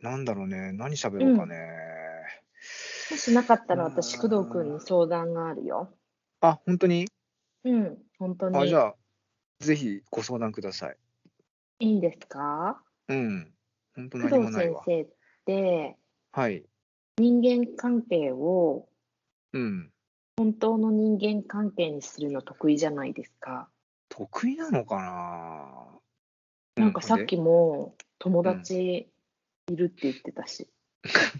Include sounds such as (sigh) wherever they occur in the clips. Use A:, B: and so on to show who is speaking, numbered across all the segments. A: なんだろうね、何喋
B: う
A: ろうか
B: ん。
A: ね。
B: もしなかった
A: う
B: ら私、工藤君
A: ー
B: に
A: ん。
B: 相談があるよ。
A: あ、本当に
B: うん、本当
A: あ、じ
B: に。
A: ゃあ、ぜひご相談ください。
B: いいですか
A: うん。本当
B: 工
A: 何
B: 藤
A: もない
B: 先
A: わ。
B: 生って
A: はい。
B: 人間関係を
A: うん。
B: 本当の人間関係にするの得意じゃないですか。
A: 得意なのかなう
B: なん
A: ん、
B: か
A: ほん
B: さっ
A: で
B: きも友
A: うん。
B: 達いるって言ってたし。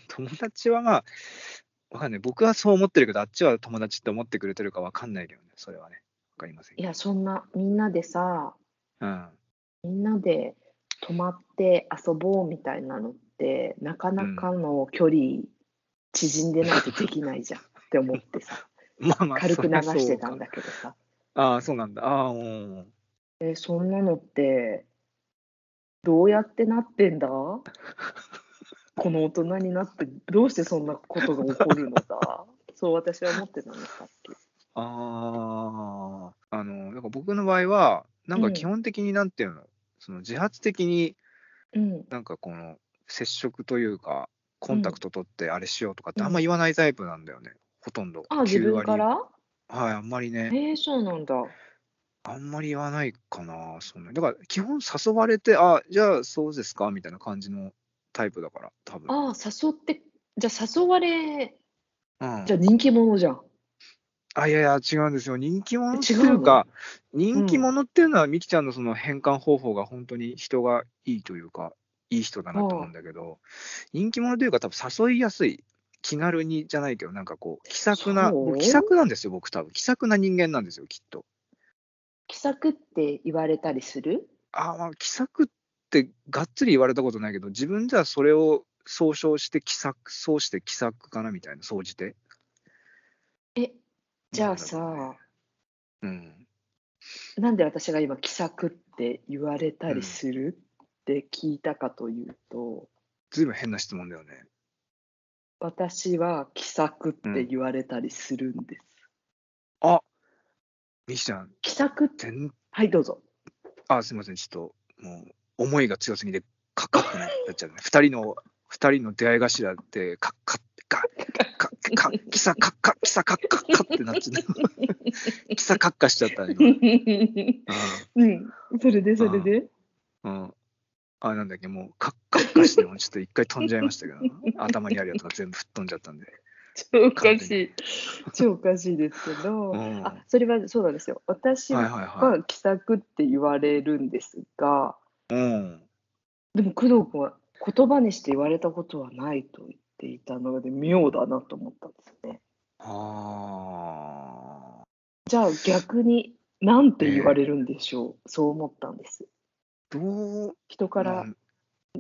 A: 友達はまあ、わかんない。僕はそう思ってるけど、あっちは友達って思ってくれてるかわかんないけどね。それはね。わかりません
B: い
A: け
B: や、そんな、みんなでさ、
A: ど。うん。
B: みんなで泊まって遊ぼうみたいなのって、なか
A: う。
B: なんかの距離縮んでないとできないじゃんって思ってさ、
A: まあまあ、
B: 軽
A: そ
B: く流
A: りゃ
B: し
A: そ
B: て
A: う
B: たん
A: か。
B: だけどさ。
A: ああ、そうなんだ。ああ、うん。
B: え、そんなのってどうやってなって
A: (laughs)
B: んだこの大人になってどうしてそんなことが起こるのだそう私は思ってたのさっき。
A: ああ、あの、なんか僕の場合は、な
B: うん
A: か基
B: ん、
A: 本的になんていうの、その自発的に
B: うん、
A: なんかこの接触というか、コ
B: う
A: ンタク
B: ん、
A: ト取ってあれしようとかっ
B: う
A: てあんま
B: ん。
A: 言わないタイプなんだよね。ほとんど。
B: あ、自
A: 9
B: 分か
A: 割。
B: ら
A: はい、あんまりね、
B: えー、そうなんだ。
A: あんまり言わないかな。そんな。だから基本誘われて、あ、じゃあそうですか、みたいな感じのタイプだから、多分。
B: ああ、誘って、じゃあ誘われ、
A: う
B: じゃあ
A: ん。
B: 人気者じゃん。
A: あ、いやいや、違うんですよ。人気
B: え
A: 者っ
B: 違
A: ていう
B: うの
A: か、人
B: う
A: 気
B: ん。
A: 者っていうのは、みきちゃんのその変換方法が本当に人がいいというか、いい人だなと思うん
B: あ
A: だけど、人気者というか、多分誘いやすい、気軽にじゃないけど、なんかこう、気さくな、僕、気さ
B: そ
A: くなんですよ、僕、多分気さくな人間なんですよ、きっと。
B: う気さくって言われたりする
A: あーまあ、気さくってがっつり言われたことないけど、自分じゃそれを総称して気さく、そうして気さくかなみたいな、総じて。
B: え、じ
A: な
B: ゃあ
A: んだろうね。
B: さ、
A: うん。
B: なんで私が今、気さくって言われた
A: う
B: り
A: ん。
B: するって聞いたかというと、
A: ずいぶん変な質問だよね。
B: 私は気さくっ
A: う
B: て
A: ん。
B: 言われたりするんです。
A: あ、みきちゃん、
B: 気さく、
A: 全
B: はい、どうぞ。
A: あ、すみません、ちょっと、もう、思いが強すぎて、かかってなっちゃうね。二人の、二人の出会い頭って、かっかっか、かっか、きさかっか、きさかっかっかってなっちゃう。きさかっかしちゃったね、今。うん、
B: (laughs) うん、それで
A: う
B: それ
A: ん、
B: で。
A: うん。あ、なんだっけ、もう、かっかっかして、もうちょっと一回飛んじゃいましたけど、頭にあるやつが全部吹っ飛んじゃったんで、
B: 超お
A: 完
B: か
A: 全
B: し
A: に。
B: い。超おかしいですけ
A: う
B: ど、
A: ん。は
B: あ、それはそうなんですよ。私
A: いはい
B: は
A: は
B: 気さくって言われるんですが、
A: い。うん。
B: でも工藤君は言葉にして言われたことはないと言っていたので、妙だなと思ったんですね。
A: ああ。
B: じゃあ逆に、なんて言わ
A: え
B: れるんでしょう。そう思ったんです。
A: ー、どう、
B: 人か
A: な
B: ら
A: ん、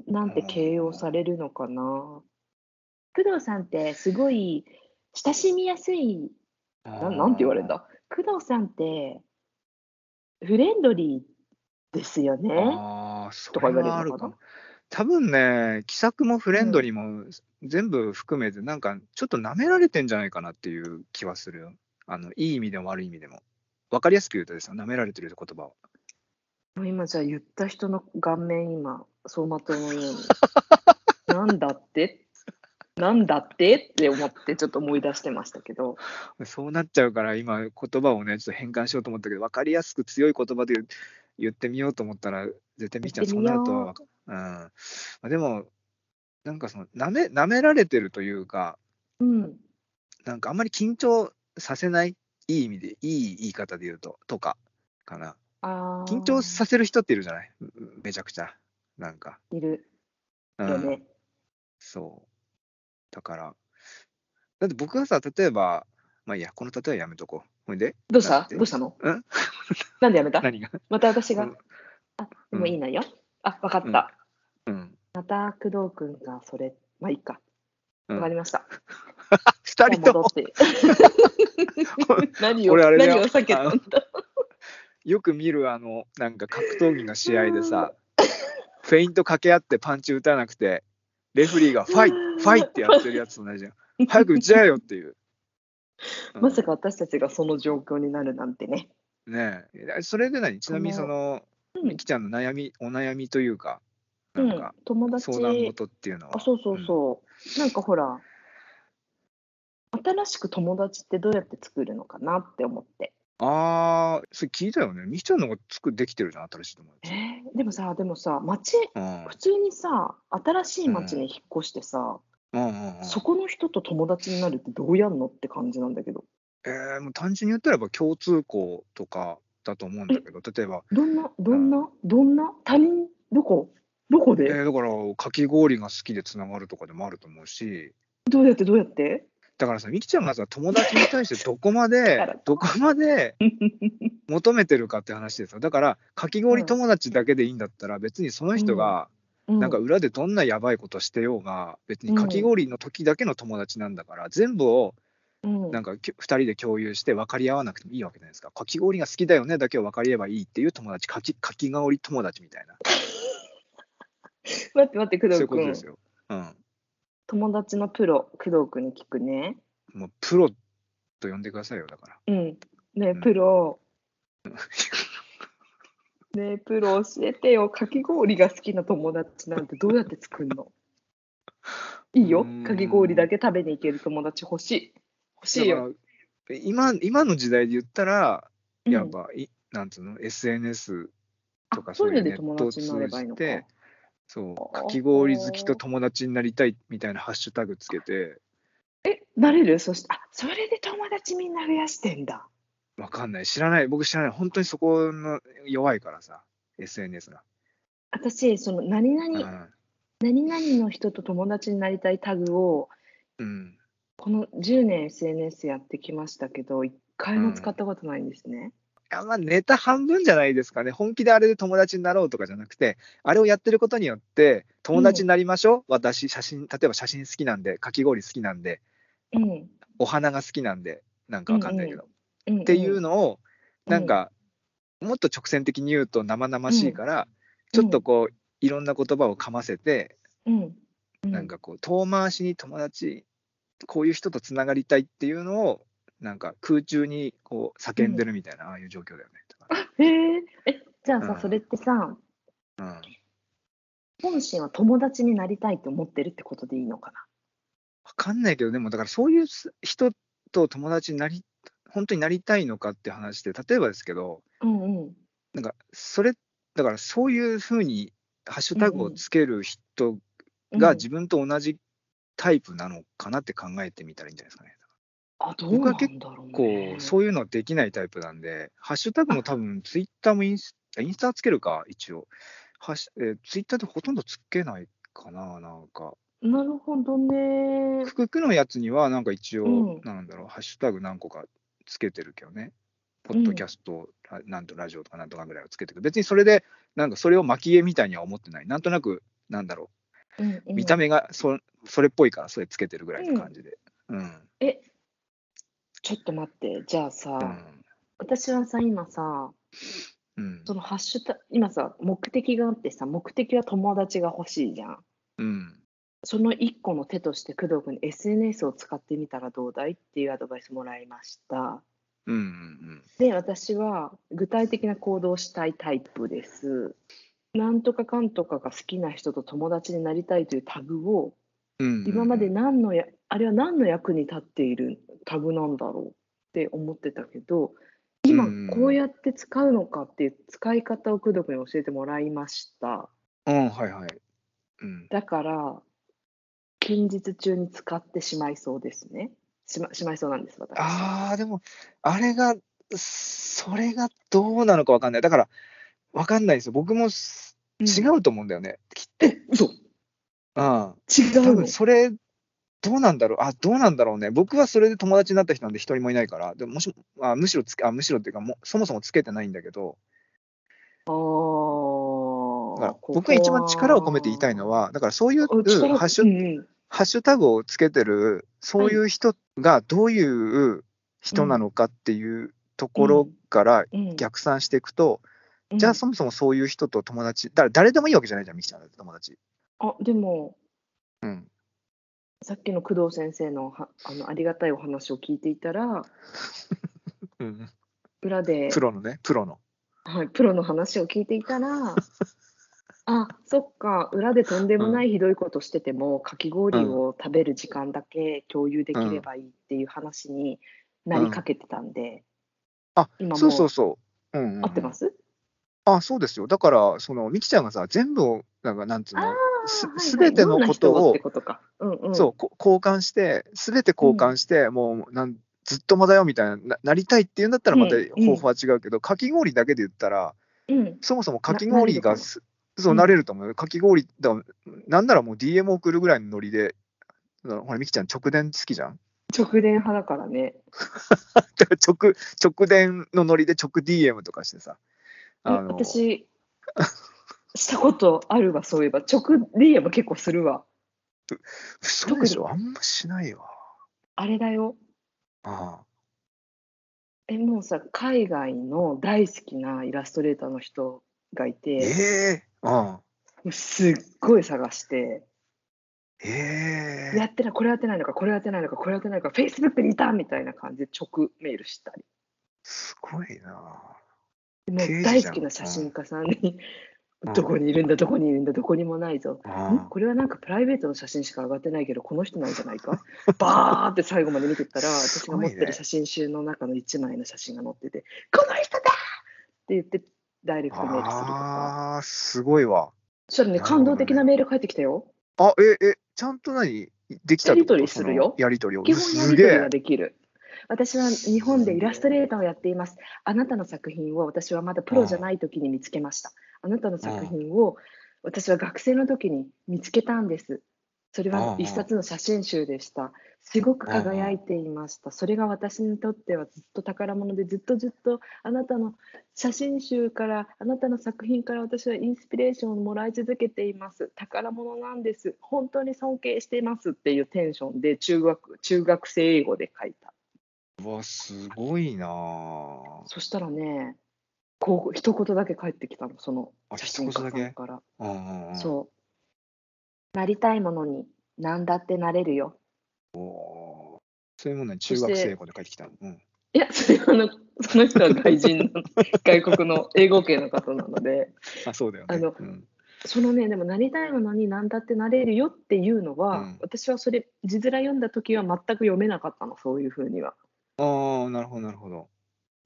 B: なん
A: う
B: て形容
A: ん。
B: されるのかな。工藤さんってすごい親しみやすい、なん、なんて言われるん
A: あ
B: だ。工藤さんってフレンドリーですよ
A: あ。
B: ね
A: ああ、そ
B: とか
A: れ
B: 言われる
A: はあ
B: の
A: る
B: か
A: か
B: な。
A: も。多分ね、気さくもフレ
B: う
A: ンド
B: ん、
A: リーも全部含めて、なんかちょっと舐められてんじゃないかなっていう気はするよ。あの、いい意味でも悪い意味でも。わかりやすく言うとですよ、舐められてるって言葉を。
B: もう今じゃあ言った人の顔面今、走馬灯のよ (laughs) うに、なんだってなんだってって思ってちょっと思い出してましたけど。
A: そうなっちゃうから、今、言葉をね、ちょっと変換しようと思ったけど、わかりやすく強い言葉で言う言ってみようと思ったら、絶対みー
B: 言っ
A: ちゃん、
B: て
A: そう
B: み
A: なるとは
B: よ
A: わか、うん。まあでも、なんかその、舐め、舐められてるというか、
B: う。うん。
A: なんかあんまり緊張させない、いい意味で、いい言い方で言うと、とか、かな。緊張
B: あ
A: させる人っているじゃないめめちゃくちゃ。なんか。
B: あ、いる
A: う
B: よ
A: ん。
B: ね。
A: そう。だから。だって僕がさ、例えば、まあいいや、この例えはやめとこう。ほいで、
B: どうし
A: なん
B: た
A: て
B: どうしたの
A: うん
B: なんでやめた
A: 何が
B: また私
A: う
B: が。
A: ん。
B: あ、で
A: う
B: もいい
A: ん。
B: なよ。あ、わかっ
A: うん。
B: た。
A: うん。 (laughs)
B: また工藤君がそれ、まあいいか。
A: う
B: わか
A: ん。
B: りました。
A: 二
B: じゃあ
A: 人と
B: 戻
A: も
B: って。
A: (laughs)
B: 何
A: 俺
B: を、
A: あれだ
B: 何を
A: よ。
B: 避け
A: あ
B: た
A: の、
B: んだ。
A: よく見るあの、なんか格闘技の試合で
B: う
A: さ、フェイント掛け合ってパンチ打たなくて、レフリーがファイファイってやってるやつと同じじゃん。早く打ち合えよっていう。う
B: まさ
A: ん。
B: か私たちがその状況になるなんてね。
A: ねえ。えそれで何ち
B: こ
A: なみにそ
B: の、
A: の、
B: う
A: み
B: ん、
A: きちゃんの悩み、お悩みというか。な
B: うんん
A: か、
B: 友達
A: 相談事っていうのは。
B: あそうそうそう、なんかほら新しく友達ってどうやって作るのかなって思って
A: ああ、それ聞いたよね。みきちゃんの方が作できてるじゃん、新しい友
B: え
A: 達。
B: ーでもさでもさ町
A: うん
B: 普通にさ新しい町に引っ越してさ、
A: うんうんうん
B: そこの人と友達になるってどうやんのって感じなんだけど
A: えーもう単純に言ったらば共通項とかだと思うんだけど、例えば、
B: どんなどんな、どんな他人どこどこ
A: え
B: で、
A: ーだからかき氷が好きでつながるとかでもあると思うし、
B: どうやってどうやって
A: だからさ、みきちゃんがさ、友達に対してどこま (laughs)
B: だか
A: で
B: ら、
A: どこま (laughs) で求めてるかって話ですよ。だから、かき氷友達だけでいいんだったら、別にその人が、
B: な
A: なんか裏でどんなやばいことしてようが、別にかき氷の時だけの友達なんだから、全部を
B: うん
A: なんかきょ2人で共有して分かり合わなくてもいいわけじゃないですか。かき氷が好きだよねだけを分かり合えばいいっていう友達、かきかき氷友達みたいな、
B: 待って待って工
A: そうい
B: 藤
A: うことで
B: 君
A: すよ。うん。
B: 友達のプロ工藤君に聞くね
A: もうプロと呼んでくださいよ、だから。
B: うんね
A: ん
B: プロ、ねプロ教えてよかき氷が好きな友達なんてどうやって作るのいいうよ
A: ーん
B: かき氷だけ食べに行ける友達欲しい欲しい
A: だ
B: よ、
A: から今今の時代で言ったら、
B: うん
A: やっぱ、いなんつうの、SNS と
B: あ
A: か
B: そ
A: そうう
B: いう
A: い
B: の
A: うネ
B: で
A: ット
B: 友
A: を
B: 達
A: 通
B: になればいいの
A: じ
B: か
A: て、そう、かき氷好きと友達になりたいみたいなハッシュタグつけて、
B: なれるそしてあそれで友達みんな増やしてんだ
A: わかんない、知らない、僕知らない、本当にそこの弱いからさ、SNS が。
B: 私その何々、
A: うん
B: 何々の人と友達になりたいタグを
A: うん、
B: この10年 SNS やってきましたけど一回も使ったことないんですね、
A: あまあネタ半分じゃないですかね、本気であれで友達になろうとかじゃなくて、あれをやってることによって、友達になりましょう、私、写真、例えば写真好きなんで、かき氷好きなんで、
B: うん
A: お花が好きなんで、なんかわかんないけど、
B: うん
A: っていうのを、
B: うん
A: なんか、もっと直線的に言うと生々しいから、
B: うん
A: ちょっとこう、いろんな言葉をかませて、
B: うんう
A: なんかこう、遠回しに友達、こういう人とつながりたいっていうのを、なんか空中にこう叫んでるみたいな、ああいう状況だよね。だか
B: へええじゃあさ、
A: うん
B: それってさ
A: らう
B: (laughs)
A: ん
B: 本心は友達になりたいって思ってるってことでいいのかな
A: わかんないけど、でもだからそういうす人と友達になり、本当になりたいのかって話で、例えばですけど、
B: うんうん
A: なんかそれ、だからそういうふうにハッシュタグをつける人が自分と同じタイプなのかなって考えてみたらいいんじゃないですかね。
B: あどうなんだろう、ね、
A: こう、そういうのはできないタイプなんで、ハッシュタグも多分ツイッターもインスインスタはつけるか、一応。ハッシュえーツイッターってほとんどつけないかな、なんか。
B: なるほどね
A: 福君のやつには、なんか一応、
B: うん
A: なんだろう、ハッシュタグ何個かつけてるけどね。ポッドキャスト、ラなんとラジオとかなんとかぐらいはつけてる。別にそれで、なんかそれを蒔絵みたいには思ってない。なんとなく、なんだろ
B: うんう
A: う、
B: ん
A: 見た目がそそれっぽいから、それつけてるぐらいの感じで。うん。
B: ちょっと待ってじゃあさ、
A: うん。
B: 私はさ今さ
A: うん
B: そ。のハッシュタ今さ目的があってさ目的は友達が欲しいじゃん
A: うん
B: その一個の手として工藤君に SNS を使ってみたらどうだいっていうアドバイスもらいました
A: うんうんうん。
B: で私は具体的な行動をしたいタイプですなんとかかんとかが好きな人と友達になりたいというタグを
A: うんうん
B: 今まで何のやあれは何の役に立っているタグなんだろうって思ってたけど今
A: うん
B: こうやって使うのかっていう使い方を工藤君に教えてもらいました
A: うん、はいはい。うん、
B: だから近日中に使ってしまいそうですねしましまいそうなんです私
A: ああ、でも、あれが、それがどうなのかわかんない。だから、わかんないですよ。僕もす
B: ん
A: 違うと思うんだよね。きっ
B: え嘘
A: とうん。
B: 違
A: 多
B: うの
A: 分それ、どうなんだろう。あ、どうなんだろうね。僕はそれで友達になった人なんで一人もいないから、でももしあむしろつけあ、むしろっていうかもう、そもそもつけてないんだけど、だから
B: ああ
A: 僕が一番力を込めて言いたいの
B: は
A: は、だからそういうハ
B: お力
A: ッシュ
B: うんうん
A: ハッシュタグをつけてる、そういう人がどういう人なのかっていうところから
B: うん
A: 逆算していくと、
B: うん
A: じゃあそもそもそういう人と友達、だ誰でもいいわけじゃないじゃん、みきちゃんだって友達。
B: あでも
A: うん、
B: さっきの工藤先生のはあのありがたいお話を聞いていたら裏で
A: プロのね、プロの。 (laughs)
B: はい、プロの話を聞いていたらあ、そっか、裏でとんでもないひどいことしてても、かき氷を食べる時間だけ共有できればいいっていう話になりかけてたんで、
A: あ
B: 今もう
A: そうそうそう。うんうんうん
B: 合ってます
A: あそうですよ。だから、その、みきちゃんがさ、全部を、なんか、なんつう
B: あ
A: の、
B: あ
A: す
B: はいはい
A: すべてのこと
B: どんな人がっ
A: を
B: て、ことか。うんうん。
A: そう、こ交換して、すべて交換して、もうなん、ずっともだよみたいなな、なりたいっていうんだったら、また
B: うんうん
A: 方法は違うけど、かき氷だけで言ったら、
B: うん。
A: そもそもかき
B: な慣れ
A: 氷
B: るか
A: が
B: も
A: す、そうう、
B: ん
A: なれると思うよ。かき氷だ、なんならもう DM 送るぐらいのノリで、あのほら、みきちゃん、直電好きじゃん。 (laughs)
B: 直電派だからね。
A: だから直、直電のノリで直 DM とかしてさ。
B: え私、したことあるわ、そういえば。直 DM 結構するわ。
A: そうでしょ、あんましないわ。
B: あれだよ。
A: あ
B: え、もうさ、海外の大好きなイラストレーターの人がい
A: あ
B: て、
A: ええあ
B: もうすっごい探して、
A: ええ
B: やってない、これやってないのか、これやってないのか、これやってないのか、Facebook にいたみたいな感じで直メールしたり。
A: すごいな。
B: も
A: 刑
B: う
A: 事
B: 大
A: じゃ
B: 好
A: ん
B: きな写真家さんに、
A: うん
B: どこにいるんだ、どこにいるんだ、どこにもないぞ。ん
A: あ
B: これはなんかプライベートの写真しか上がってないけどこの人なんじゃないかバーって最後まで見てったら私
A: (laughs) す
B: が
A: ごい
B: 持
A: ね
B: ってる写真集の中の1枚の写真が載ってて「この人だ!」って言ってダイレクトメールするとか
A: あー、すごいわ。
B: そしたらね
A: なるほど
B: 感
A: ね
B: 動的なメール返ってきたよ
A: あ、え、え、ちゃんと何できたってこと
B: やりとりするよ
A: そのやりとりを。
B: 基本やり取りが
A: すげえ。
B: できる私は日本でイラストレーターをやっていますあなたの作品を私はまだプロじゃない時に見つけましたあなたの作品を私は学生の時に見つけたんですそれは一冊の写真集でしたすごく輝いていましたそれが私にとってはずっと宝物でずっとずっとあなたの写真集からあなたの作品から私はインスピレーションをもらい続けています宝物なんです本当に尊敬していますっていうテンションで中学中学生英語で書いた
A: うわ、すごいな。
B: そしたらねこう一言だけ返ってきたのその
A: あ
B: 写真家さ
A: 一言だ
B: ん
A: け
B: から
A: うんうんうん
B: そうなりたいものに何だってなれるよ
A: それもね、中学生英語で帰ってきたの。うん。
B: いやそれはあのその人は外人 (laughs) の外国の英語系の方なので
A: あ、そうだよね。
B: あの
A: うん
B: そのねでもなりたいものに何だってなれるよっていうのは、
A: うん
B: 私はそれ字面読んだ時は全く読めなかったのそういうふうには。
A: ああ、なるほど、なるほど。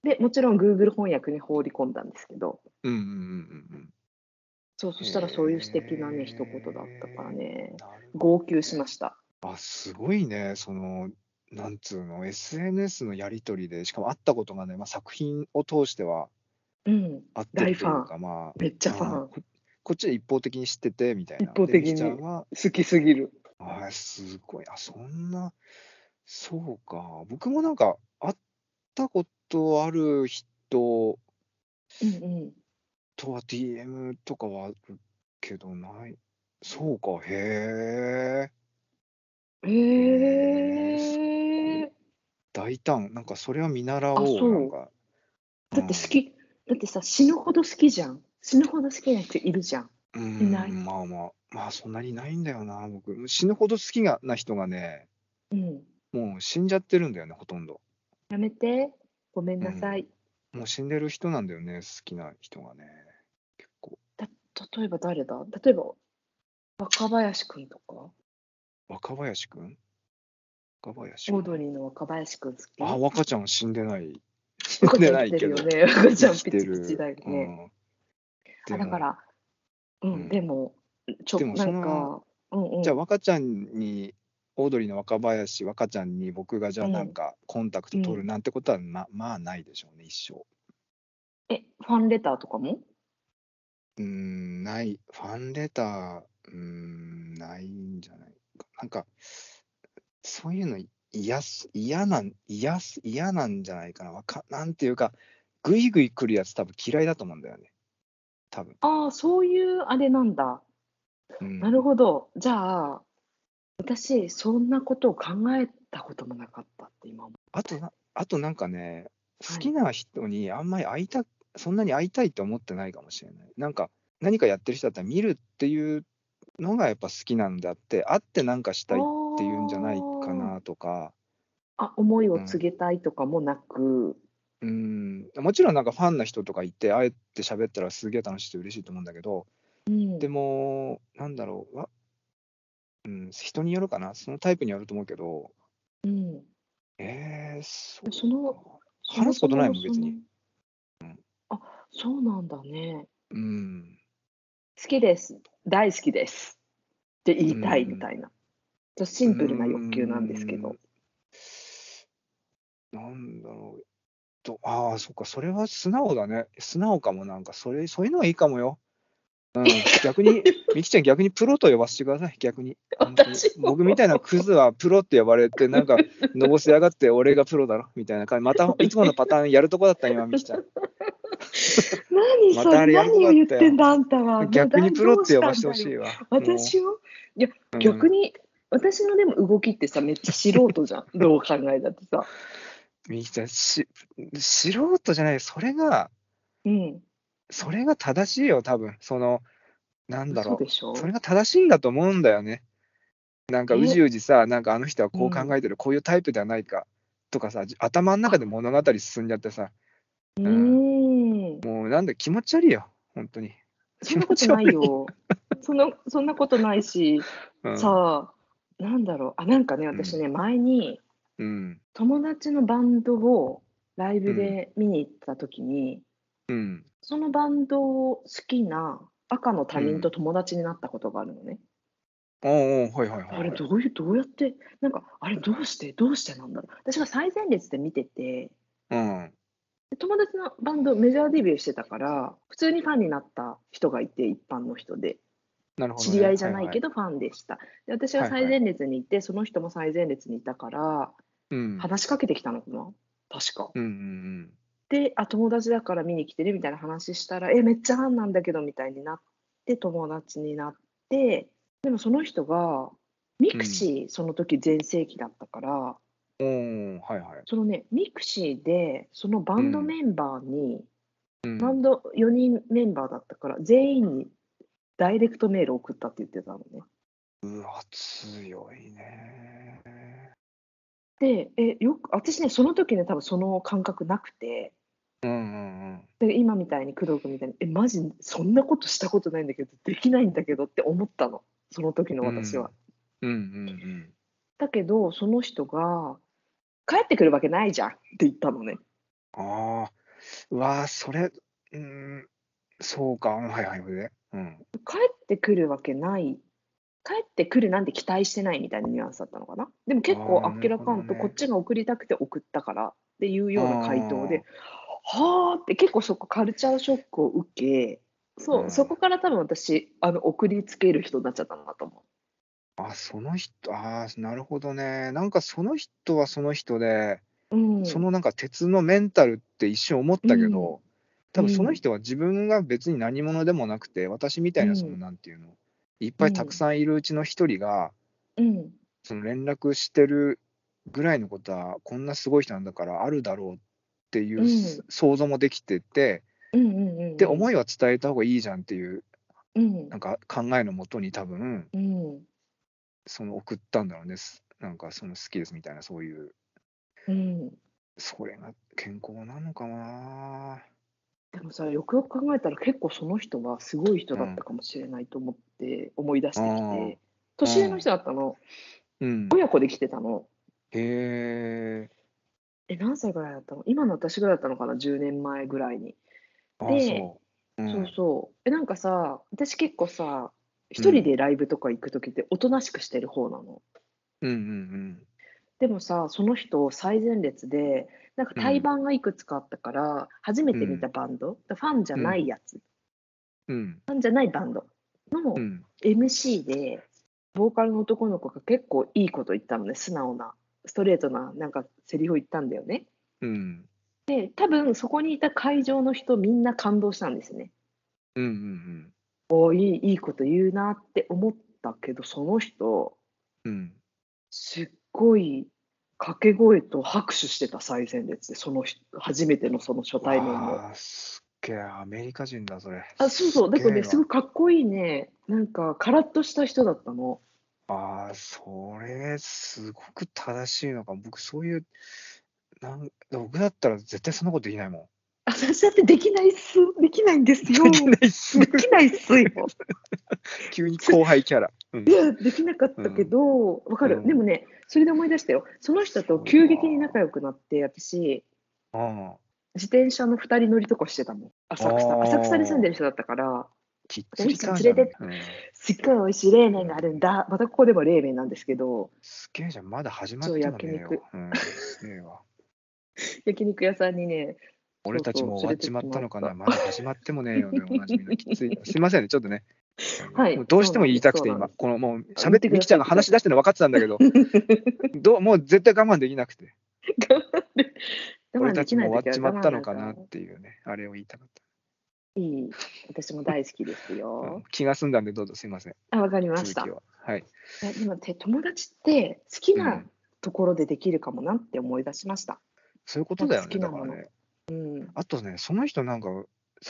B: でもちろん Google 翻訳に放り込んだんですけど
A: うんうんうんうん
B: そうそしたらそういう素敵なね一言だったから
A: う
B: ね
A: ん。なるほど
B: 号泣しました。
A: あすごいね、その、なんつうの、SNS のやり取りで、しかも会ったことがね、まあ、作品を通しては
B: うん、
A: 会ってるとい
B: 大
A: う
B: フ
A: か、まあ、
B: めっちゃファ
A: あ
B: ン
A: ーここっちは一方的に知っててみたいな。
B: 一方的に
A: でみきちゃんは、
B: 好きすぎる。
A: あーすごい、あ、そんな、そうか、僕もなんか、会ったことある人
B: うんうん
A: とは DM とかはあるけど、ない。そうか、へえ、
B: へえ。
A: 大胆、なんかそれは見習
B: あ
A: お、
B: そうう
A: なんか。
B: だって好き、だってさ、死ぬほど好きじゃん。死ぬほど好きな人いるじゃん。
A: うん
B: いない
A: まあまあ、まあそんなにいないんだよな、僕。死ぬほど好きな人がね、
B: うん。
A: もう死んじゃってるんだよね、ほとんど。
B: やめて、ごめんなさい。
A: もう死んでる人なんだよね、好きな人がね。結構。
B: た例えば誰だ例えば、若林くんとか、
A: 若林くん若林
B: オ
A: く
B: ード
A: ん。
B: リーの若林くん好き。
A: あ、若ちゃん死んでない。死
B: 赤
A: ん
B: ち
A: で
B: ゃん
A: な
B: 生き
A: い
B: て
A: け
B: る
A: ど
B: よ。ね。赤ちゃん
A: 生きて
B: ピチピ
A: る。
B: チだよね。
A: うん
B: あだか。
A: でも
B: ら、う
A: うん
B: ん、でも、ちょ、
A: でも
B: な
A: そ
B: ん
A: の
B: か、うんうん。
A: じゃあ若ちゃんに、オードリーの若林、若ちゃんに僕がじゃあ
B: うん
A: なんかコンタクト取
B: う
A: る
B: ん
A: なんてことはままあないでしょうね、一生。
B: え、ファンレターとかも
A: うーん、ない、ファンレター、うーん、ないんじゃないか。なんか、そういうの嫌す、嫌なん、嫌す、嫌なんじゃないかな。わか、なんていうか、ぐいぐい来るやつ多分嫌いだと思うんだよね。多分。
B: ああ、そういうあれなんだ。
A: うん、
B: なるほど。じゃあ、私、そんなことを考えたこともなかったって今思う。
A: あとな、あとなんかね、
B: はい
A: 好きな人にあんまり会いた、そんなに会いたいと思ってないかもしれない。なんか、何かやってる人だったら見るっていうのがやっぱ好きなんだって、会ってなんかしたいっていうんじゃないかなとか。
B: あーあ、思いを告げたいとかもなく、
A: うんもちろんなんかファンな人とかいて、会えて喋ったらすげえ楽しくて嬉しいと思うんだけど、
B: うん
A: でも、なんだろう、わうん、人によるかな、そのタイプによると思うけど、
B: うん、
A: えー、そう
B: その
A: 話すことないもん
B: そも
A: 別
B: そも
A: に
B: そのあそうなんだね
A: うん、
B: 好きです大好きですって言いたいみたいな、ちょっとシンプルな欲求なんですけど、
A: うん。なんだろう。とああ、そっか、それは素直だね。素直かも、なんか、それ、そういうのはいいかもよ。うん、
B: (laughs)
A: 逆に、みきちゃん、逆にプロと呼ばせてください、逆に。本当に
B: 私も
A: 僕みたいなクズはプロって呼ばれて、なんか、のぼせやがって、俺がプロだろ、みたいな感じ。また、いつものパターンやるとこだった、
B: (laughs)
A: 今、みきちゃん。
B: 何
A: ま
B: そ
A: たあ
B: れ
A: れやる
B: 何
A: こ
B: を
A: とだ
B: 言
A: っ
B: った
A: よ
B: てんだあんたは
A: 逆にプロって呼ばせてほし
B: い
A: いわ。
B: 私を
A: もう
B: 逆、
A: うん
B: に、私のでも動きってさめっちゃ素人じゃん
A: (laughs)
B: どう考えたってさ
A: みきちゃん、し、素人じゃない、それが、
B: うん
A: それが正しいよ、多分。その、なんだろ
B: そう
A: う。
B: でしょ
A: それが正しいんだと思うんだよね。なんか
B: え
A: うじうじさ、なんかあの人はこう
B: うん
A: 考えてる、こういうタイプではないかとかさ、じ頭の中で物語進んじゃってさ、
B: う
A: う
B: ーん
A: もうなんだ、気持ち悪いよ、本当に。
B: そんなことないよそのそんなことないし、
A: うん、
B: さあなんだろうあなんかね私ね、前に
A: うん、
B: 友達のバンドをライブで見に行った時に、
A: うん、
B: そのバンドを好きな赤の他人と友達になったことがあるのね、
A: おうおう、はいはいはい。
B: あれどういうどうやってなんかあれどうしてどうしてなんだろう私が最前列で見てて
A: うん、
B: で友達のバンドメジャーデビューしてたから普通にファンになった人がいて一般の人で
A: なるほどね、
B: 知り合いじゃないけ
A: ど、
B: どファンでした、で私は
A: はいはい
B: 最前列にいて、その人も最前列にいたから
A: うん、
B: 話しかけてきたのかな確か。
A: うん、うん、
B: であ友達だから見に来てるみたいな話したらえめっちゃファンなんだけどみたいになって友達になってでもその人がミクシー、その時全盛期だったから
A: うん、おうはいはい。
B: そのねミクシーでそのバンド
A: うん
B: メンバーに、
A: うん、
B: バンド4人メンバーだったから全員にダイレクトメール送ったって言ってたのね。
A: うわ、強いね。
B: でえよく私ねその時ね多分その感覚なくて
A: うん、うん、
B: で今みたいに工藤君みたいにえマジそんなことしたことないんだけどできないんだけどって思ったのその時の私は。
A: うん、うん、うん、
B: だけどその人が帰ってくるわけないじゃんって言ったのね。
A: うん。ああ、うわ、それ、うん、そうか、うんはいはい、それでうん。
B: 帰ってくるわけない帰ってくるなんて期待してないみたいなニュアンスだったのかなでも結構
A: あー
B: 明らかん
A: なるほど
B: と
A: ね
B: こっちが送りたくて送ったからっていうような回答で
A: あー
B: はあって結構そこカルチャーショックを受けそう、
A: うん
B: そこから多分私あの送りつける人になっちゃったなと思
A: あ、その人、ああ、なるほどね。なんかその人はその人で、
B: う。うん、
A: そのなんか鉄のメンタルって一瞬思ったけど、多分その人は自分が別に何者でもなくて、私みたいな、その
B: うん
A: なんていうの、いっぱいたくさんいるうちの一人が、
B: うん
A: その連絡してるぐらいのことは、こんなすごい人なんだからあるだろうっていううん想像もできてて、
B: うんうんうん、
A: で、思いは伝えた方がいいじゃんっていう、
B: うん
A: なんか考えのもとに多分、
B: うん
A: その送ったんだろうね。すなんかその好きですみたいな、そういう。
B: うん、
A: それが健康なのかな
B: でもさよくよく考えたら結構その人はすごい人だったかもしれないと思って思い出してきて、
A: うん
B: 年上の人だったの、
A: うん。
B: 親子で来てたの
A: へえ。
B: え何歳ぐらいだったの今の私ぐらいだったのかな10年前ぐらいに、
A: あ
B: で
A: そう。うん、
B: そうそうえなんかさ私結構さ一人でライブとか行く時っておとなしくしてる方なの、
A: うんうん
B: でもさその人最前列でなんか対バンがいくつかあったから、初めて見たバンド、ファンじゃないやつ、
A: うん。うん
B: ファンじゃないバンドの、
A: うん。
B: MC でボーカルの男の子が結構いいこと言ったのね素直なストレートななんかセリフを言ったんだよね
A: うん。
B: で多分そこにいた会場の人みんな感動したんですね
A: うんうん
B: おーいいいいこと言うなって思ったけどその人
A: うん。うん。
B: すっごい掛け声と拍手してた最前列でその人初めてのその初対面の
A: ああ、すっげえ、アメリカ人だ、それ。
B: あそうそうだからねすご
A: ご
B: いかっこいいねなんかカラッとした人だったの
A: ああ、それ、すごく正しいのか。僕、そういう、なん僕だったら絶対そんなことできないも
B: 私だってできないっす。できないんで
A: (laughs)
B: すよ。で
A: ないっす
B: きないっすよ。
A: (laughs) 急に後輩キャラ。うん
B: いや、できなかったけど、わ、かる、
A: うん
B: でもね、それで思い出したよ。その人と急激に仲良くなって、私、
A: (laughs) ああ、
B: 自転車の二人乗りとかしてたもん。浅
A: あ
B: 草。
A: ー
B: 浅草に住んでる人だったから、
A: きっちり感
B: 連れて
A: じゃんうん
B: すっごい美味しい冷麺があるんだ。またここでも冷麺なんですけど、
A: すげえじゃん、まだ始まってもねえよ
B: そう焼。
A: うん、すげえ
B: (laughs)
A: わ。
B: 焼肉屋さんにね、
A: 俺たちも終わっちまったのかな、
B: 連
A: まだ始まってもねえよね、おなじみのきつい。すいませんね、ちょっとね。
B: (laughs) はい
A: もうどうしても言いたくて、
B: そう
A: 今、
B: なんで
A: このもう
B: あ言
A: 喋
B: っ
A: ってて、
B: ください
A: みきちゃんが話し出してるの分かってたんだけ
B: (laughs)
A: ど、どうもう絶対我慢できなくて、俺たちも終わっちまったのかなっていうね、あれを言いたかっ
B: いい、私も大好きです
A: た。 (laughs) う
B: よ
A: ん。気が済んだんで、どうぞすいません、
B: あ、わかりま
A: 続
B: した。
A: きは。はい。
B: えでもて友達って好き
A: う
B: なんところでできるかもなって思い出しました。
A: そういうことだよね、だ
B: なんか
A: か
B: 好
A: ら
B: きなもの
A: ね。
B: うん。
A: あとね、その人なんか、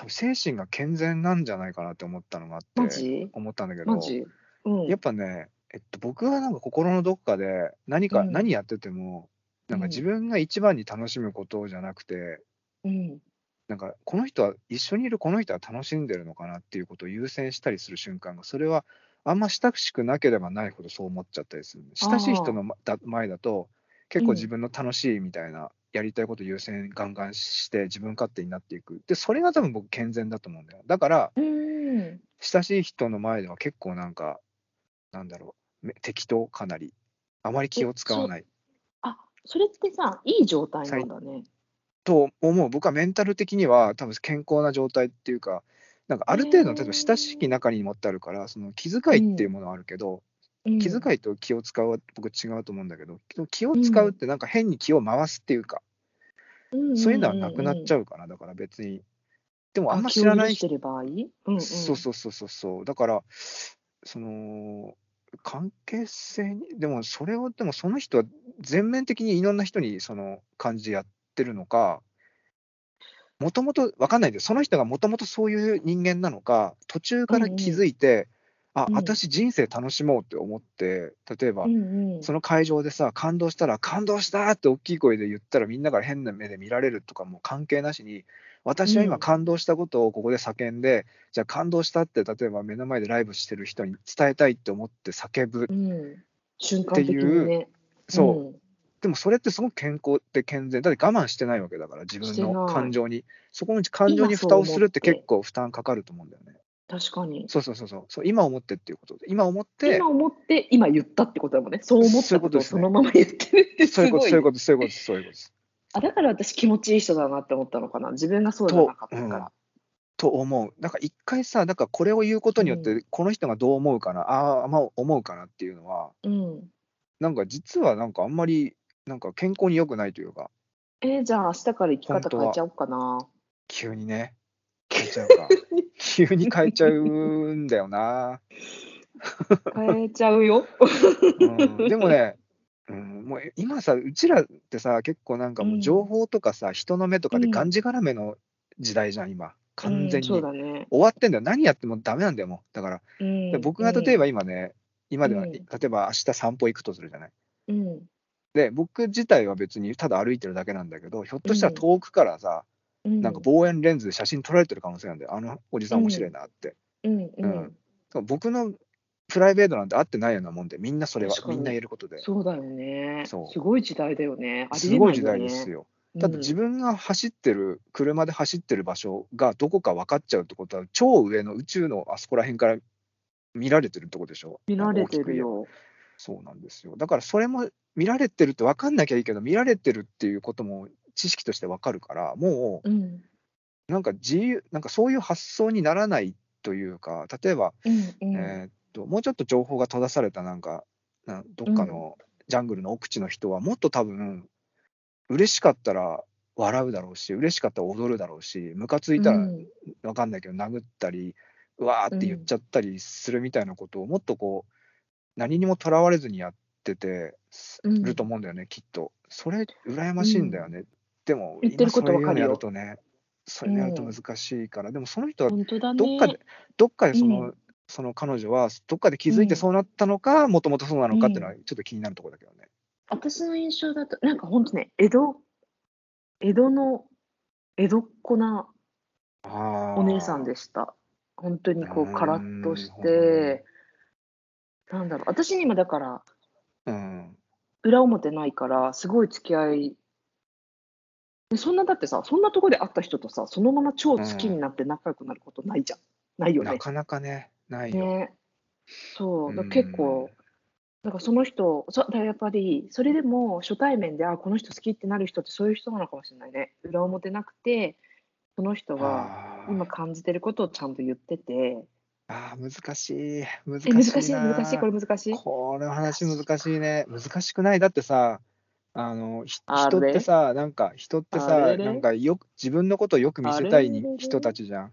A: 精神が健全なんじゃないかなって思ったのがあって、
B: マジ
A: 思ったんだけど、
B: マジうん。
A: やっぱね、えっと、僕はなんか心のどっかで何か、
B: うん
A: 何やっててもなん
B: う
A: か
B: ん
A: 自分が一番に楽しむことじゃなくて、
B: うん。
A: なんかこの人は一緒にいるこの人は楽しんでるのかなっていうことを優先したりする瞬間がそれはあんま親しくなければないほどそう思っちゃったりする親しい人のまだ前だと結
B: う
A: 構
B: ん
A: 自分の楽しいみたいな、やりたいこと優先ガンガンして自分勝手になっていくでそれが多分僕健全だと思うんだよだから
B: うん。
A: 親しい人の前では結構なんか、なんだろう、め適当かなり。あまり気を使わない。
B: あ、それってさ、いい状態なんだね。
A: と思う。僕はメンタル的には多分健康な状態っていうか、なんかある程度の、
B: へー
A: 例えば親しき中に持ってあるから、その気遣いっていうものはあるけど、
B: うん
A: 気遣いと気を使うは僕違うと思うんだけど、気を使うってなんか変に気を回すっていうか、そういうのはなくなっちゃ
B: う
A: うから、だから別に。で
B: ん。
A: もあんま
B: 気
A: 知
B: を
A: らない
B: 許し
A: 人
B: てる場合。うんうん。
A: そうそうそうそうそうだからその関係性にでもそれをでもその人は全面的にいろんな人にその感じでやってるのかもともと分かんないですその人がもともとそういう人間なのか途中から気づいて、あ
B: うん
A: 私人生楽しもうって思って例えば、
B: うんうん。
A: その会場でさ感動したら感動したって大きい声で言ったらみんなから変な目で見られるとかもう関係なしに私は
B: う
A: 今
B: ん
A: 感動したことをここで叫んで、じゃあ感動したって例えば目の前でライブしてる人に伝えたいって思って叫ぶ、
B: うん。瞬間的にね。
A: そう
B: うん。
A: でもそれってすごく健康って健全だって我慢してないわけだから自分
B: して
A: の
B: ない
A: 感情にそこの感情に
B: 今そう
A: 蓋
B: 思っ
A: を
B: て
A: するって結構負担かかると思うんだよね
B: 確かに。
A: そうそうそうそうそう今思ってっていうことで今思って
B: 今思って、今言ったってことだもんね。そう思っ
A: そうい
B: た
A: うこ
B: ことと
A: で
B: を
A: す
B: そ
A: ね
B: のまま言ってるってす
A: そういうこ
B: ご
A: と
B: い
A: そうい
B: ね
A: う。ことそういうことそういうことです
B: あだから私気持ちいい人だなって思ったのかな自分がそうじゃなかったか
A: うん
B: ら。
A: と思う。だから一回さ、だからこれを言うことによっ
B: う
A: て、この人がどう思うかな、ああ、まあ思うかなっていうのは、
B: うん
A: なんか実はなんかあんまり、なんか健康に良くないというか、
B: えーじゃあ明日から生き
A: 本
B: 方
A: 当は
B: 変えちゃおうかな。
A: 急にね、変えちゃう
B: (laughs)
A: か。急に変えちゃうんだよな。
B: 変えちゃうよ。
A: うん、でもね、うん、もう今さ、うちらってさ、結構なんかもう情報とかさ、人の目とかで
B: うん
A: がんじがらめの時代じゃん、今。 (laughs) 完全に。
B: うんそう
A: 終
B: だね。
A: わってんだよ。何やってもダメなんだよ、もう。だから、
B: うん、
A: 僕が例え
B: ば、
A: ば今ね、今では、
B: うん
A: 例えば明日散歩行くとするじゃない。
B: うん
A: で、僕自体は別にただ歩いてるだけなんだけど、ひょっとしたら遠くからさ、
B: うん、
A: なんか望遠レンズで写真撮られてる可能性なんで、あのおじさん面白いなって。
B: うんうん
A: うんそう僕のプライベートなんて合ってないようなもんで、みんなそれは
B: 確、か
A: み
B: に
A: んな言えることで。
B: そうだよね
A: そう
B: すごい時代だよね。あり
A: す
B: え
A: ご
B: ない
A: 時代です
B: よね。
A: よ。だって自
B: 分、
A: 分が走ってる、車で走ってる場所がどこか分かっちゃうってことは、超上の宇宙のあそこら辺から見られてるとこでしょ。
B: 見られて
A: 大きく言
B: る
A: えば
B: よ。
A: そうなんですよ。だからそれも見られてるって分かんなきゃいいけど、見られてるっていうことも知識として分かるから、も
B: うん
A: うなんか自由、なんかそういう発想にならないというか、例えば、
B: うんうん
A: えーっと、もうちょっと情報が閉ざされたなんか、などっかのジャングルの奥地の人は、もっと多分、嬉しかったら笑うだろうし、嬉しかったら踊るだろうし、ムカついた
B: う
A: ら
B: ん
A: 分かんないけど、殴ったり、うわーって言っちゃったりするみたいなことを、もっとこう、何にもとらわれずにやってて、す
B: うん
A: ると思うんだよね、きっと。それ、羨ましいんだよね。でも、
B: 言って
A: 今
B: る
A: そう
B: こと
A: い
B: わ
A: う
B: か
A: の
B: る
A: や
B: よ
A: るとね、それやると難しいから、でもその人は
B: 本当だね。
A: どっかで、どっかでその、
B: う
A: その彼女は、どっかで気づいてそうなったのか、もともとそうなのかっていうのは、ちょっと気になるところだけどね。
B: 私の印象だと、なんか本当ね、江戸、江戸の江戸っ子な
A: お
B: お姉さんでした。本当にこ
A: うー
B: うんカラッとして、なんだろう、私に今だから
A: うん。
B: 裏表ないから、すごい付き合い。でそんなだってさ、そんなとこで会った人とさ、そのまま超好きになって仲良くなることないじゃん。ないよ
A: な
B: ね。
A: かなかね、ないよ。
B: ね。そう、だ
A: う
B: から
A: ん
B: 結構、だからその人、そだからやっぱり、それでも初対面で、あ、この人好きってなる人ってそういう人なのかもしれないね。裏表なくて、その人が
A: あー
B: 今感じてることをちゃんと言ってて、
A: あー、難しい。難しい
B: え
A: な。
B: 難しい難しいこれ難しい
A: この話難しいね。難しくないだってさ、あのひ
B: あ
A: 人
B: れ
A: ってさ、なんか人って
B: あ
A: さ、
B: れれ
A: なんかよく自分のことをよく見せたい
B: あれれ
A: に
B: れ
A: 人たちじゃん。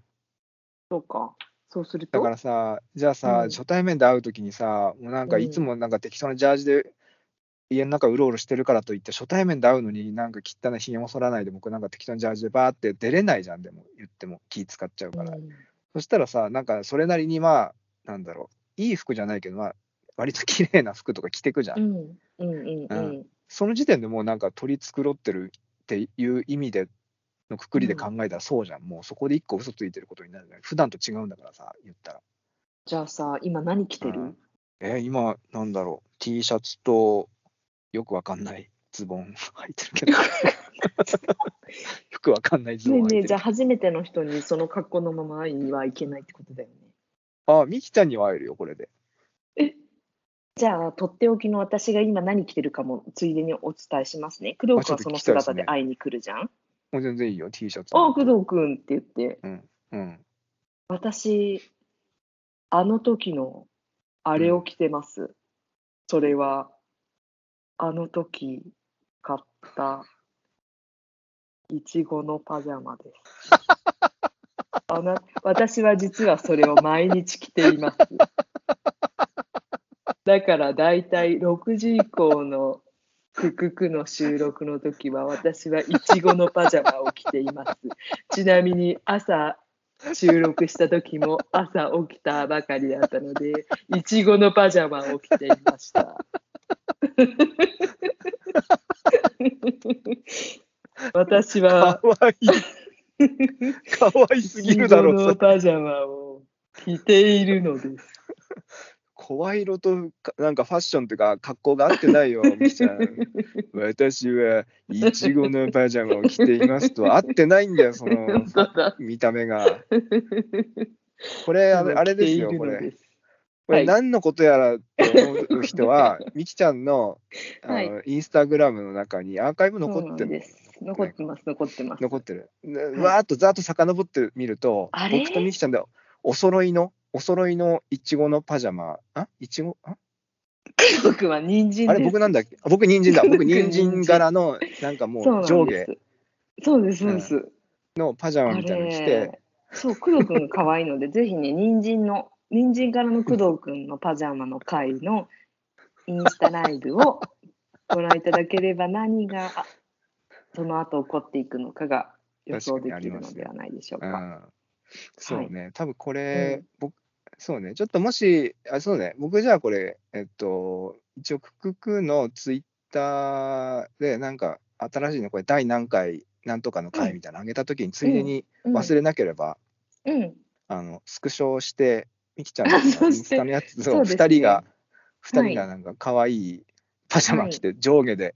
B: そうかそうする
A: だ
B: と
A: からさ、じゃあさ、
B: うん
A: 初対面で会うときにさ、もうなんか
B: うん
A: いつもなんか適当なジャージで家の中うろうろしてるからといって、初対面で会うのになんか汚いひげも剃らないで、僕なんか適当なジャージでバーって出れないじゃん、でも言っても気使っちゃうから。
B: うん
A: そしたらさ、なんかそれなりにまあ、なんだろう、いい服じゃないけど、まあ、割と綺麗な服とか着てくじゃん。
B: うんうんうんうん
A: その時点でもうなんか取り繕ってるっていう意味でのくくりで考えたらそうじゃん、もうそこで一個嘘ついてることになるじゃん普段と違うんだからさ言ったら、
B: じゃあさ今何着て
A: う
B: る
A: んえー今なんだろう T シャツとよくわかんないズボン (laughs) 履いてるけどよくわかんないズ
B: ね
A: ボン履い
B: えねえ
A: て
B: じ
A: る
B: ゃあ初めての人にその格好のまま会いにはいけないってことだよね
A: あミキちゃんには会えるよこれで
B: えじゃあとっておきの私が今何着てるかもついでにお伝えしますね工藤君はその姿で会いに来るじゃん
A: もう全然いいよ T シャツ
B: あ工藤君って言って
A: うん
B: 私あの時のあれを着てます、それはあの時買ったいちごのパジャマですあな私は実はそれを毎日着ていますだからだいたい6時以降の「ククク」の収録の時は私はいちごのパジャマを着ていますちなみに朝収録した時も朝起きたばかりだったので、いちごのパジャマを着ていました。私
A: か
B: は
A: わいい (laughs) かわい
B: い
A: すぎ
B: ちご
A: るだろそ
B: の
A: れ
B: パジャマを着ているのです。
A: 声色とかなんかファッションとか格好が合ってないよ、
B: (laughs)
A: みきちゃん。私はイチゴのパジャマを着ていますと合ってないんだよ、その
B: 本当だ。
A: 見た目が。これあれあれですよ、
B: 着てい
A: こ
B: るの
A: れ。
B: す。
A: これ
B: はい
A: 何のことやらって思う人は、みきちゃんのあの、
B: は
A: インスタグラムの中にアーカイブ残って
B: そうな
A: る
B: んです。残ってます、残ってます。
A: 残ってる。でわーっとざーっと遡ってみると、
B: あれ
A: 僕とみきちゃんでお揃いの、お揃いのイチゴのパジャマ、あイチゴ、あ
B: 僕は人参です。
A: あれ僕なんだっけあ僕人
B: (laughs)
A: 参だ。僕人参柄のなんか
B: そう
A: も
B: なん
A: う
B: です
A: 上下
B: そうです、そうです。
A: のパジャマみたいなの着て、
B: そう、工藤くん可愛いので、 (laughs) ぜひね、人参の、人参からの工藤くんのパジャマの回のインスタライブをご覧いただければ、何があその後起こっていくのかが予想できるのではないでしょう
A: う
B: か。
A: ん、そうね、多分こ
B: う
A: れ
B: ん、
A: 僕そうねちょっともしあそうね僕じゃあこれえっと一応クククのツイッターでなんか新しいのこれ第何回なんとかの回みたいなの上げた時についでに
B: うん
A: 忘れなければ、
B: うん、
A: あのスクショしてみきちゃん
B: あ
A: の
B: そ
A: さ
B: う
A: イン
B: して
A: スタのやつ
B: そう
A: を
B: です
A: 2人が
B: ね
A: 二人
B: は
A: が
B: い
A: なんか可愛いパジャマ着て上下で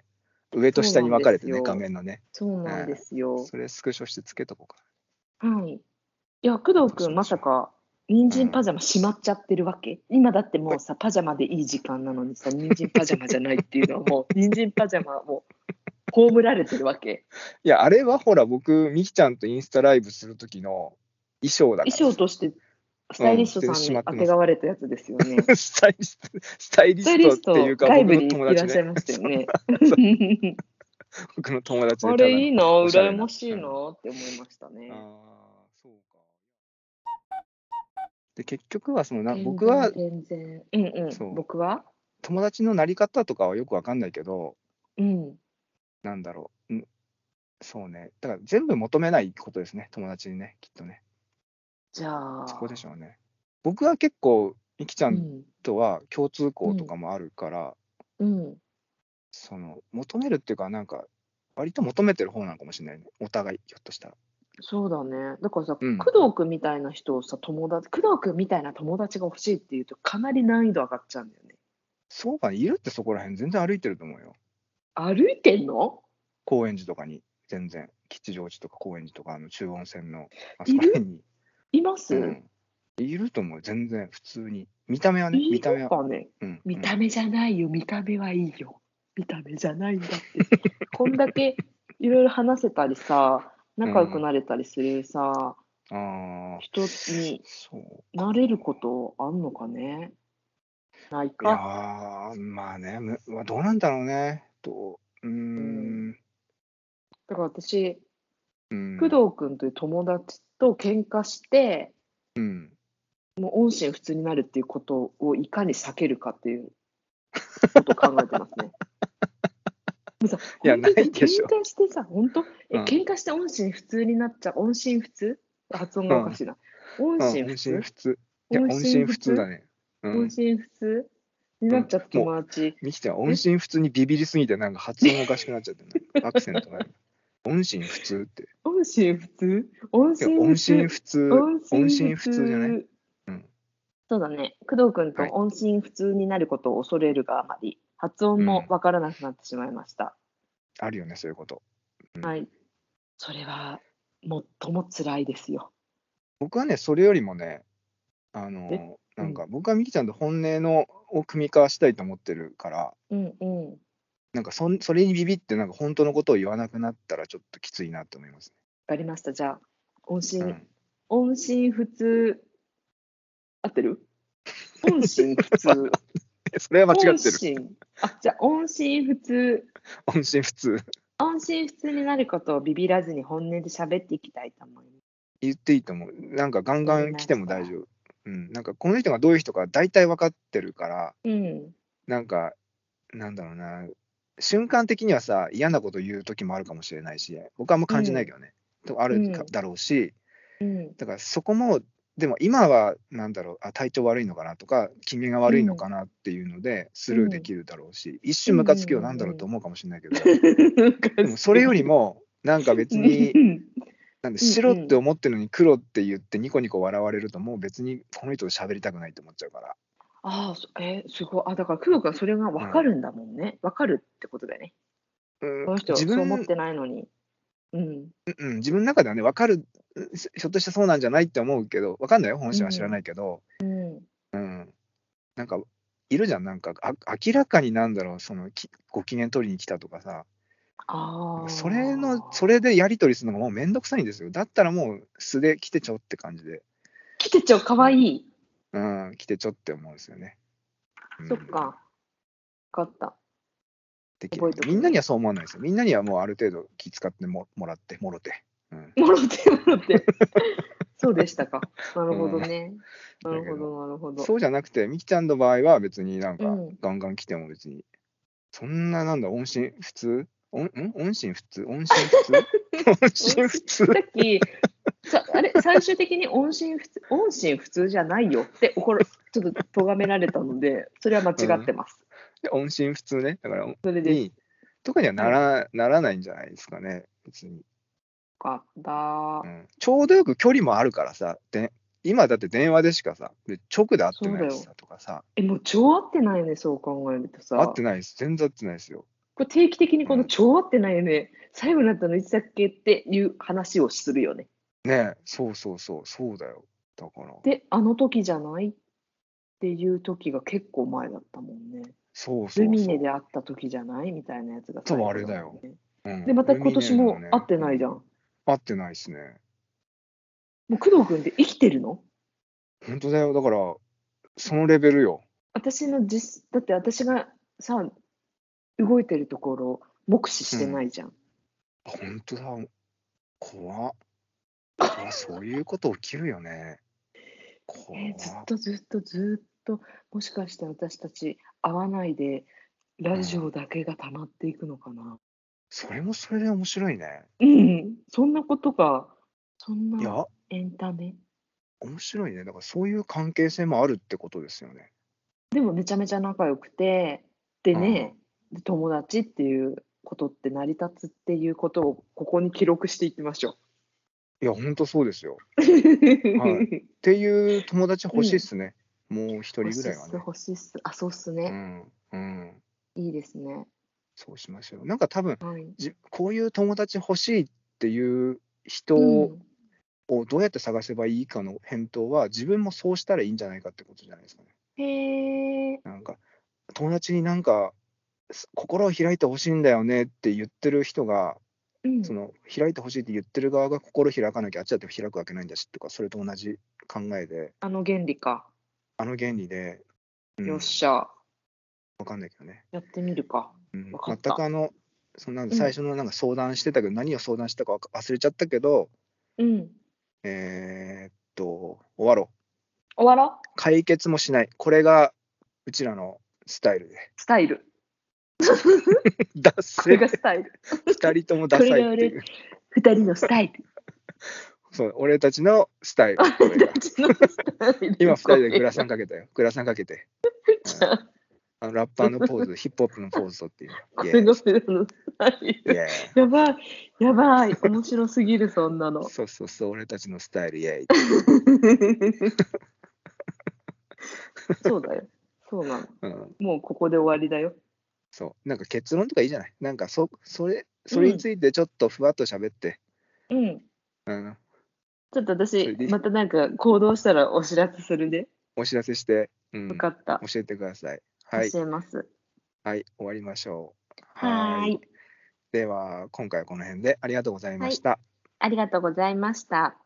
A: 上と
B: そ
A: 下
B: う
A: に
B: なん
A: 分かれて
B: です
A: ね
B: よ
A: 画面のね
B: そうなんですよ。
A: それスクショしてつけとこうか
B: はい。いや、工藤くん、まさか、人参パジャマしまっちゃってるわけ、今だってもうさ、パジャマでいい時間なのにさ、人参パジャマじゃないっていうのは
A: (laughs)
B: もう、人参パジャマも葬られてるわけ。
A: いやあれはほら僕みきちゃんとインスタライブする時の衣装だから
B: 衣装として、スタイリストさんにあてがわれたやつです
A: (laughs)
B: よね。
A: (laughs) スタイリストスタイリ
B: スタイリ
A: ス
B: ス
A: ト
B: ト
A: っていうか
B: 外
A: 僕
B: 部
A: の
B: に
A: 友
B: いら
A: 達
B: っしゃい
A: ね
B: ましたよね。
A: 僕の友達
B: (laughs) あ
A: で
B: れいい
A: (laughs)
B: な、
A: おしゃれな
B: 羨ましいなって思いましたね
A: あ。あそうかで結局はそのな
B: 全然
A: 僕は
B: 全然。うん
A: そ
B: うん。
A: う
B: 僕は
A: 友達のなり方とかはよくわかんないけど
B: うん。
A: なんだろう、うん、そうね、だから全部求めないことですね、友達にね、きっとね、
B: じゃあ。
A: そこでしょうね。僕は結構、みきちゃ
B: うんん。
A: とは共通項とかもあるから、
B: うん。
A: その求めるっていうか、なんか、割と求めてる方なのかもしれないね、お互い、ひょっとしたら。
B: そうだね。だからさ、
A: うん
B: 工藤君みたいな人をさ、友達、工藤君みたいな友達が欲しいっていうと、かなり難易度上がっちゃうんだよね。
A: そうか、いるってそこら辺全然歩いてると思うよ。
B: 歩いてんの
A: 高円寺とかに、全然。吉祥寺とか高円寺とか、あの中央線の、あそ
B: いる
A: こら辺に。
B: います、
A: うんいると思う、全然、普通に。見た目はね、
B: い
A: 見
B: い
A: た目
B: の
A: は。
B: かね。
A: うん、
B: 見た
A: 目
B: 目じゃないよ、見た目はいいよ。見た目じゃないんだって。
A: (laughs)
B: こんだけいろいろ話せたりさ、仲良くなれたりするさ、
A: ああ、
B: 人に
A: そう。
B: なれることあんのかねない
A: いや
B: か。
A: ーまあね、むまあどうなんだろうね。どううーん。
B: だから私、
A: うん
B: 工藤君という友達と喧嘩して、
A: うん。
B: もう音信不通になるっていうことをいかに避けるかっ
A: (laughs)
B: ていうことを考えてますね。もうさ
A: いや
B: 本当に
A: ないでしょ
B: 喧嘩してさ、本当、え
A: うん
B: 喧嘩して音信不通になっちゃう、音信不通発音がおかしいな。音
A: あ
B: 信不
A: 音信
B: 通
A: 不通。いや、音信不通だね。うん
B: 音。信不通になっちゃった友達。
A: ミキちゃん、音信不通にビビりすぎて、なんか発音おかしくなっちゃ
B: (laughs)
A: ってるねアクセントが。音信不通って。
B: 音信不通音
A: いや
B: 信不
A: 音信
B: 通
A: 不通。音
B: 音
A: 信
B: 信
A: 不
B: 不
A: 通じゃない
B: 通
A: うん
B: そうだね。工藤君と
A: はい
B: 音信不通になることを恐れるがあまり、発音もわからなくなってしまいました。
A: あるよね、そういうこと。
B: はい。それは、最も辛いですよ。
A: 僕はね、それよりもね、あ
B: え
A: の、なんか、僕はミキちゃんと本音のを組み交わしたいと思ってるから、
B: うんうん。
A: なんかそん、それにビビって、なんか本当のことを言わなくなったら、ちょっときついなと思います
B: わかりました。じゃあ、音信、
A: ね。うん (laughs)
B: 音信不通、合って (laughs) る音信不通。
A: それは間違ってる
B: 音。信。あ、じゃあ、音信不通。
A: 音信不通。 (laughs)
B: 音信不通になることをビビらずに本音で喋っていきたいと思います。
A: 言っていいと思う。なんかガンガン来ても大丈夫。うん。なんかこの人がどういう人か大体分かってるから、
B: うん。
A: なんか、なんだろうな、瞬間的にはさ、嫌なこと言う時もあるかもしれないし、僕はあんま感じないけどね。とあるか
B: うん
A: だろうし、
B: うん。
A: だからそこも、でも今は、なんだろうあ、体調悪いのかなとか、機嫌が悪いのかなっていうので、スルーできるだろうし、一瞬ムカつくよ、
B: うんうん
A: な
B: うんん
A: だろうと思うかもしれないけど、
B: で
A: でもそれよりも、なんか別に
B: う、ん
A: なんで
B: うんうん
A: 白って思ってるのに黒って言ってニコニコ笑われるともう別にこの人と喋りたくないって思っちゃうから
B: ああ、そえーすごい。あ、だから、工藤君はそれが分かるんだもんね。分かるってことだよね。
A: うん
B: この人は
A: 自
B: そう思っ
A: 分
B: てないのに。うん。
A: うん自分の中ではね分かるうんひょっとしてそうなんじゃないって思うけど分かんないよ本心は知らないけど、
B: うん。
A: なんかいるじゃんなんかあ明らかになんだろうそのきご機嫌取りに来たとかさ
B: ああ。
A: それのそれでやり取りするのがもうめんどくさいんですよだったらもう素で来てちょって感じで、
B: 来てちょ、かわいい。
A: うん、来てちょって思うんですよね。うん
B: そっか。分かった。
A: できる
B: 覚えとく
A: みんなにはそう思わないですよ。みんなにはもうある程度気使ってももらって、もろて。うん、
B: もろてもろて。 (laughs) そうでしたか。なるほどね。
A: うん
B: なるほど、なるほど。
A: そうじゃなくて、みきちゃんの場合は別になんか
B: うん、
A: ガンガン来ても別に、そんななんだ、音信普通音ん音信普通音信普通
B: (laughs)
A: 音信普通
B: さっき、さあれ、最終的に音信不通、音信不通じゃないよって怒る、ちょっと咎められたので、それは間違ってます。
A: 音信普通ね。だから、
B: それで
A: に、とかにはならならないんじゃないですかね、別に、
B: かだ
A: う。ん。ちょうどよく距離もあるからさ、で今だって電話でしかさ、で直で会ってないし
B: そうだ
A: さとかさ、
B: え、もう超合ってないね、そう考えるとさ。
A: 会ってないです。全然会ってないですよ。
B: これ定期的にこの超合ってないよね、最後になったのいつだっけっていう話をするよね。
A: ねえ、そうそうそう、そうだよ。だから、
B: で、あの時じゃないっていう時が結構前だったもんね。
A: そうそうそう。
B: ルミネで会った時じゃないみたいなやつが最後もんね
A: そうあれだよ。うん
B: で、また今年も会ってない
A: じ
B: じゃん。も
A: ゃん。会ってないですね。
B: う工藤君って生きてるの
A: 本当だよ。だから、そのレベルよ。
B: 私の実、だって私がさ、動いてるところ、目視してないじゃん。
A: あ本当だ。怖っ。怖っそういうこと起きるよね。怖
B: えーずっ
A: っ。
B: とずっとずっともしかして私たち会わないでラジオだけが溜まっていくのかな
A: それもそれで面白いね。
B: うん、そんなことがそん
A: い
B: な
A: や、
B: エンタメ
A: 面白いね。だからそういう関係性もあるってことですよね。
B: でもめちゃめちゃ仲良くてでね、で友達っていうことって成り立つっていうことをここに記録していきましょ
A: いや、本当そうですよ。
B: (laughs)
A: っていう友達欲しいっすね。もう一人
B: 欲
A: ぐ
B: しい
A: ら
B: っ
A: いは
B: す
A: ね。
B: 欲しいっすあそうっす
A: う
B: ね、
A: ん。うん。
B: いいですね
A: そうしましょう。なんか多分、
B: はい
A: じこういう友達欲しいっていう人
B: う
A: を
B: ん
A: どうやって探せばいいかの返答は、自分もそうしたらいいんじゃないかってことじゃないですかね。
B: へえ
A: なんか、友達になんか、す心を開いてほしいんだよねって言ってる人が、
B: うん
A: その開いてほしいって言ってる側が心開かなきゃあっちだって開くわけないんだしとかそれと同じ考えで
B: あの原理か、
A: あの原理で、うん
B: よっしゃ
A: わかんないけどね、
B: やってみるか
A: うん
B: わかった
A: 全くあのそのなんだ
B: うん
A: 最初のなんか相談してたけど、何を相談したかわか忘れちゃったけど
B: うん
A: えーっと終わろ
B: 終わろ
A: う解決もしないこれがうちらのスタイル
B: (laughs)
A: で
B: うスタイル
A: ダッ
B: こ
A: セ
B: れが
A: ー
B: スタイル
A: 2人ともダサい
B: こ
A: って
B: れ
A: い
B: が
A: う
B: 二人のスタイル
A: そう俺たちのスタイ
B: (laughs)
A: ルこれが
B: 二人のスタイル
A: 今2人でグラサ
B: ン
A: ンかけたよグラサンかけてあのラッパーのポーズヒップホップのポーズとっていう
B: (laughs) こ
A: イエ
B: れ
A: ー
B: が
A: イ
B: 二人のスタイ
A: イ
B: ル
A: エーイ
B: やばいやばい面白すぎるそんなの
A: そうそうそう、俺たちのスタイル、イエイ。
B: そうだよそうなの
A: うん、
B: もうここで終わりだよ
A: そう、なんか結論とかいいじゃない。なんかそ、それ、それについてちょっとふわっと喋って。
B: うん
A: うん、
B: ちょ
A: それ
B: っと私
A: でいい
B: またなんか行動したらお知らせするね
A: お知らせして、うん、
B: 分かった
A: 教えてください。はい、
B: 教えます
A: はい、終わりましょう。
B: はーい
A: では、今回はこの辺でありがとうございました。
B: ありがとうございました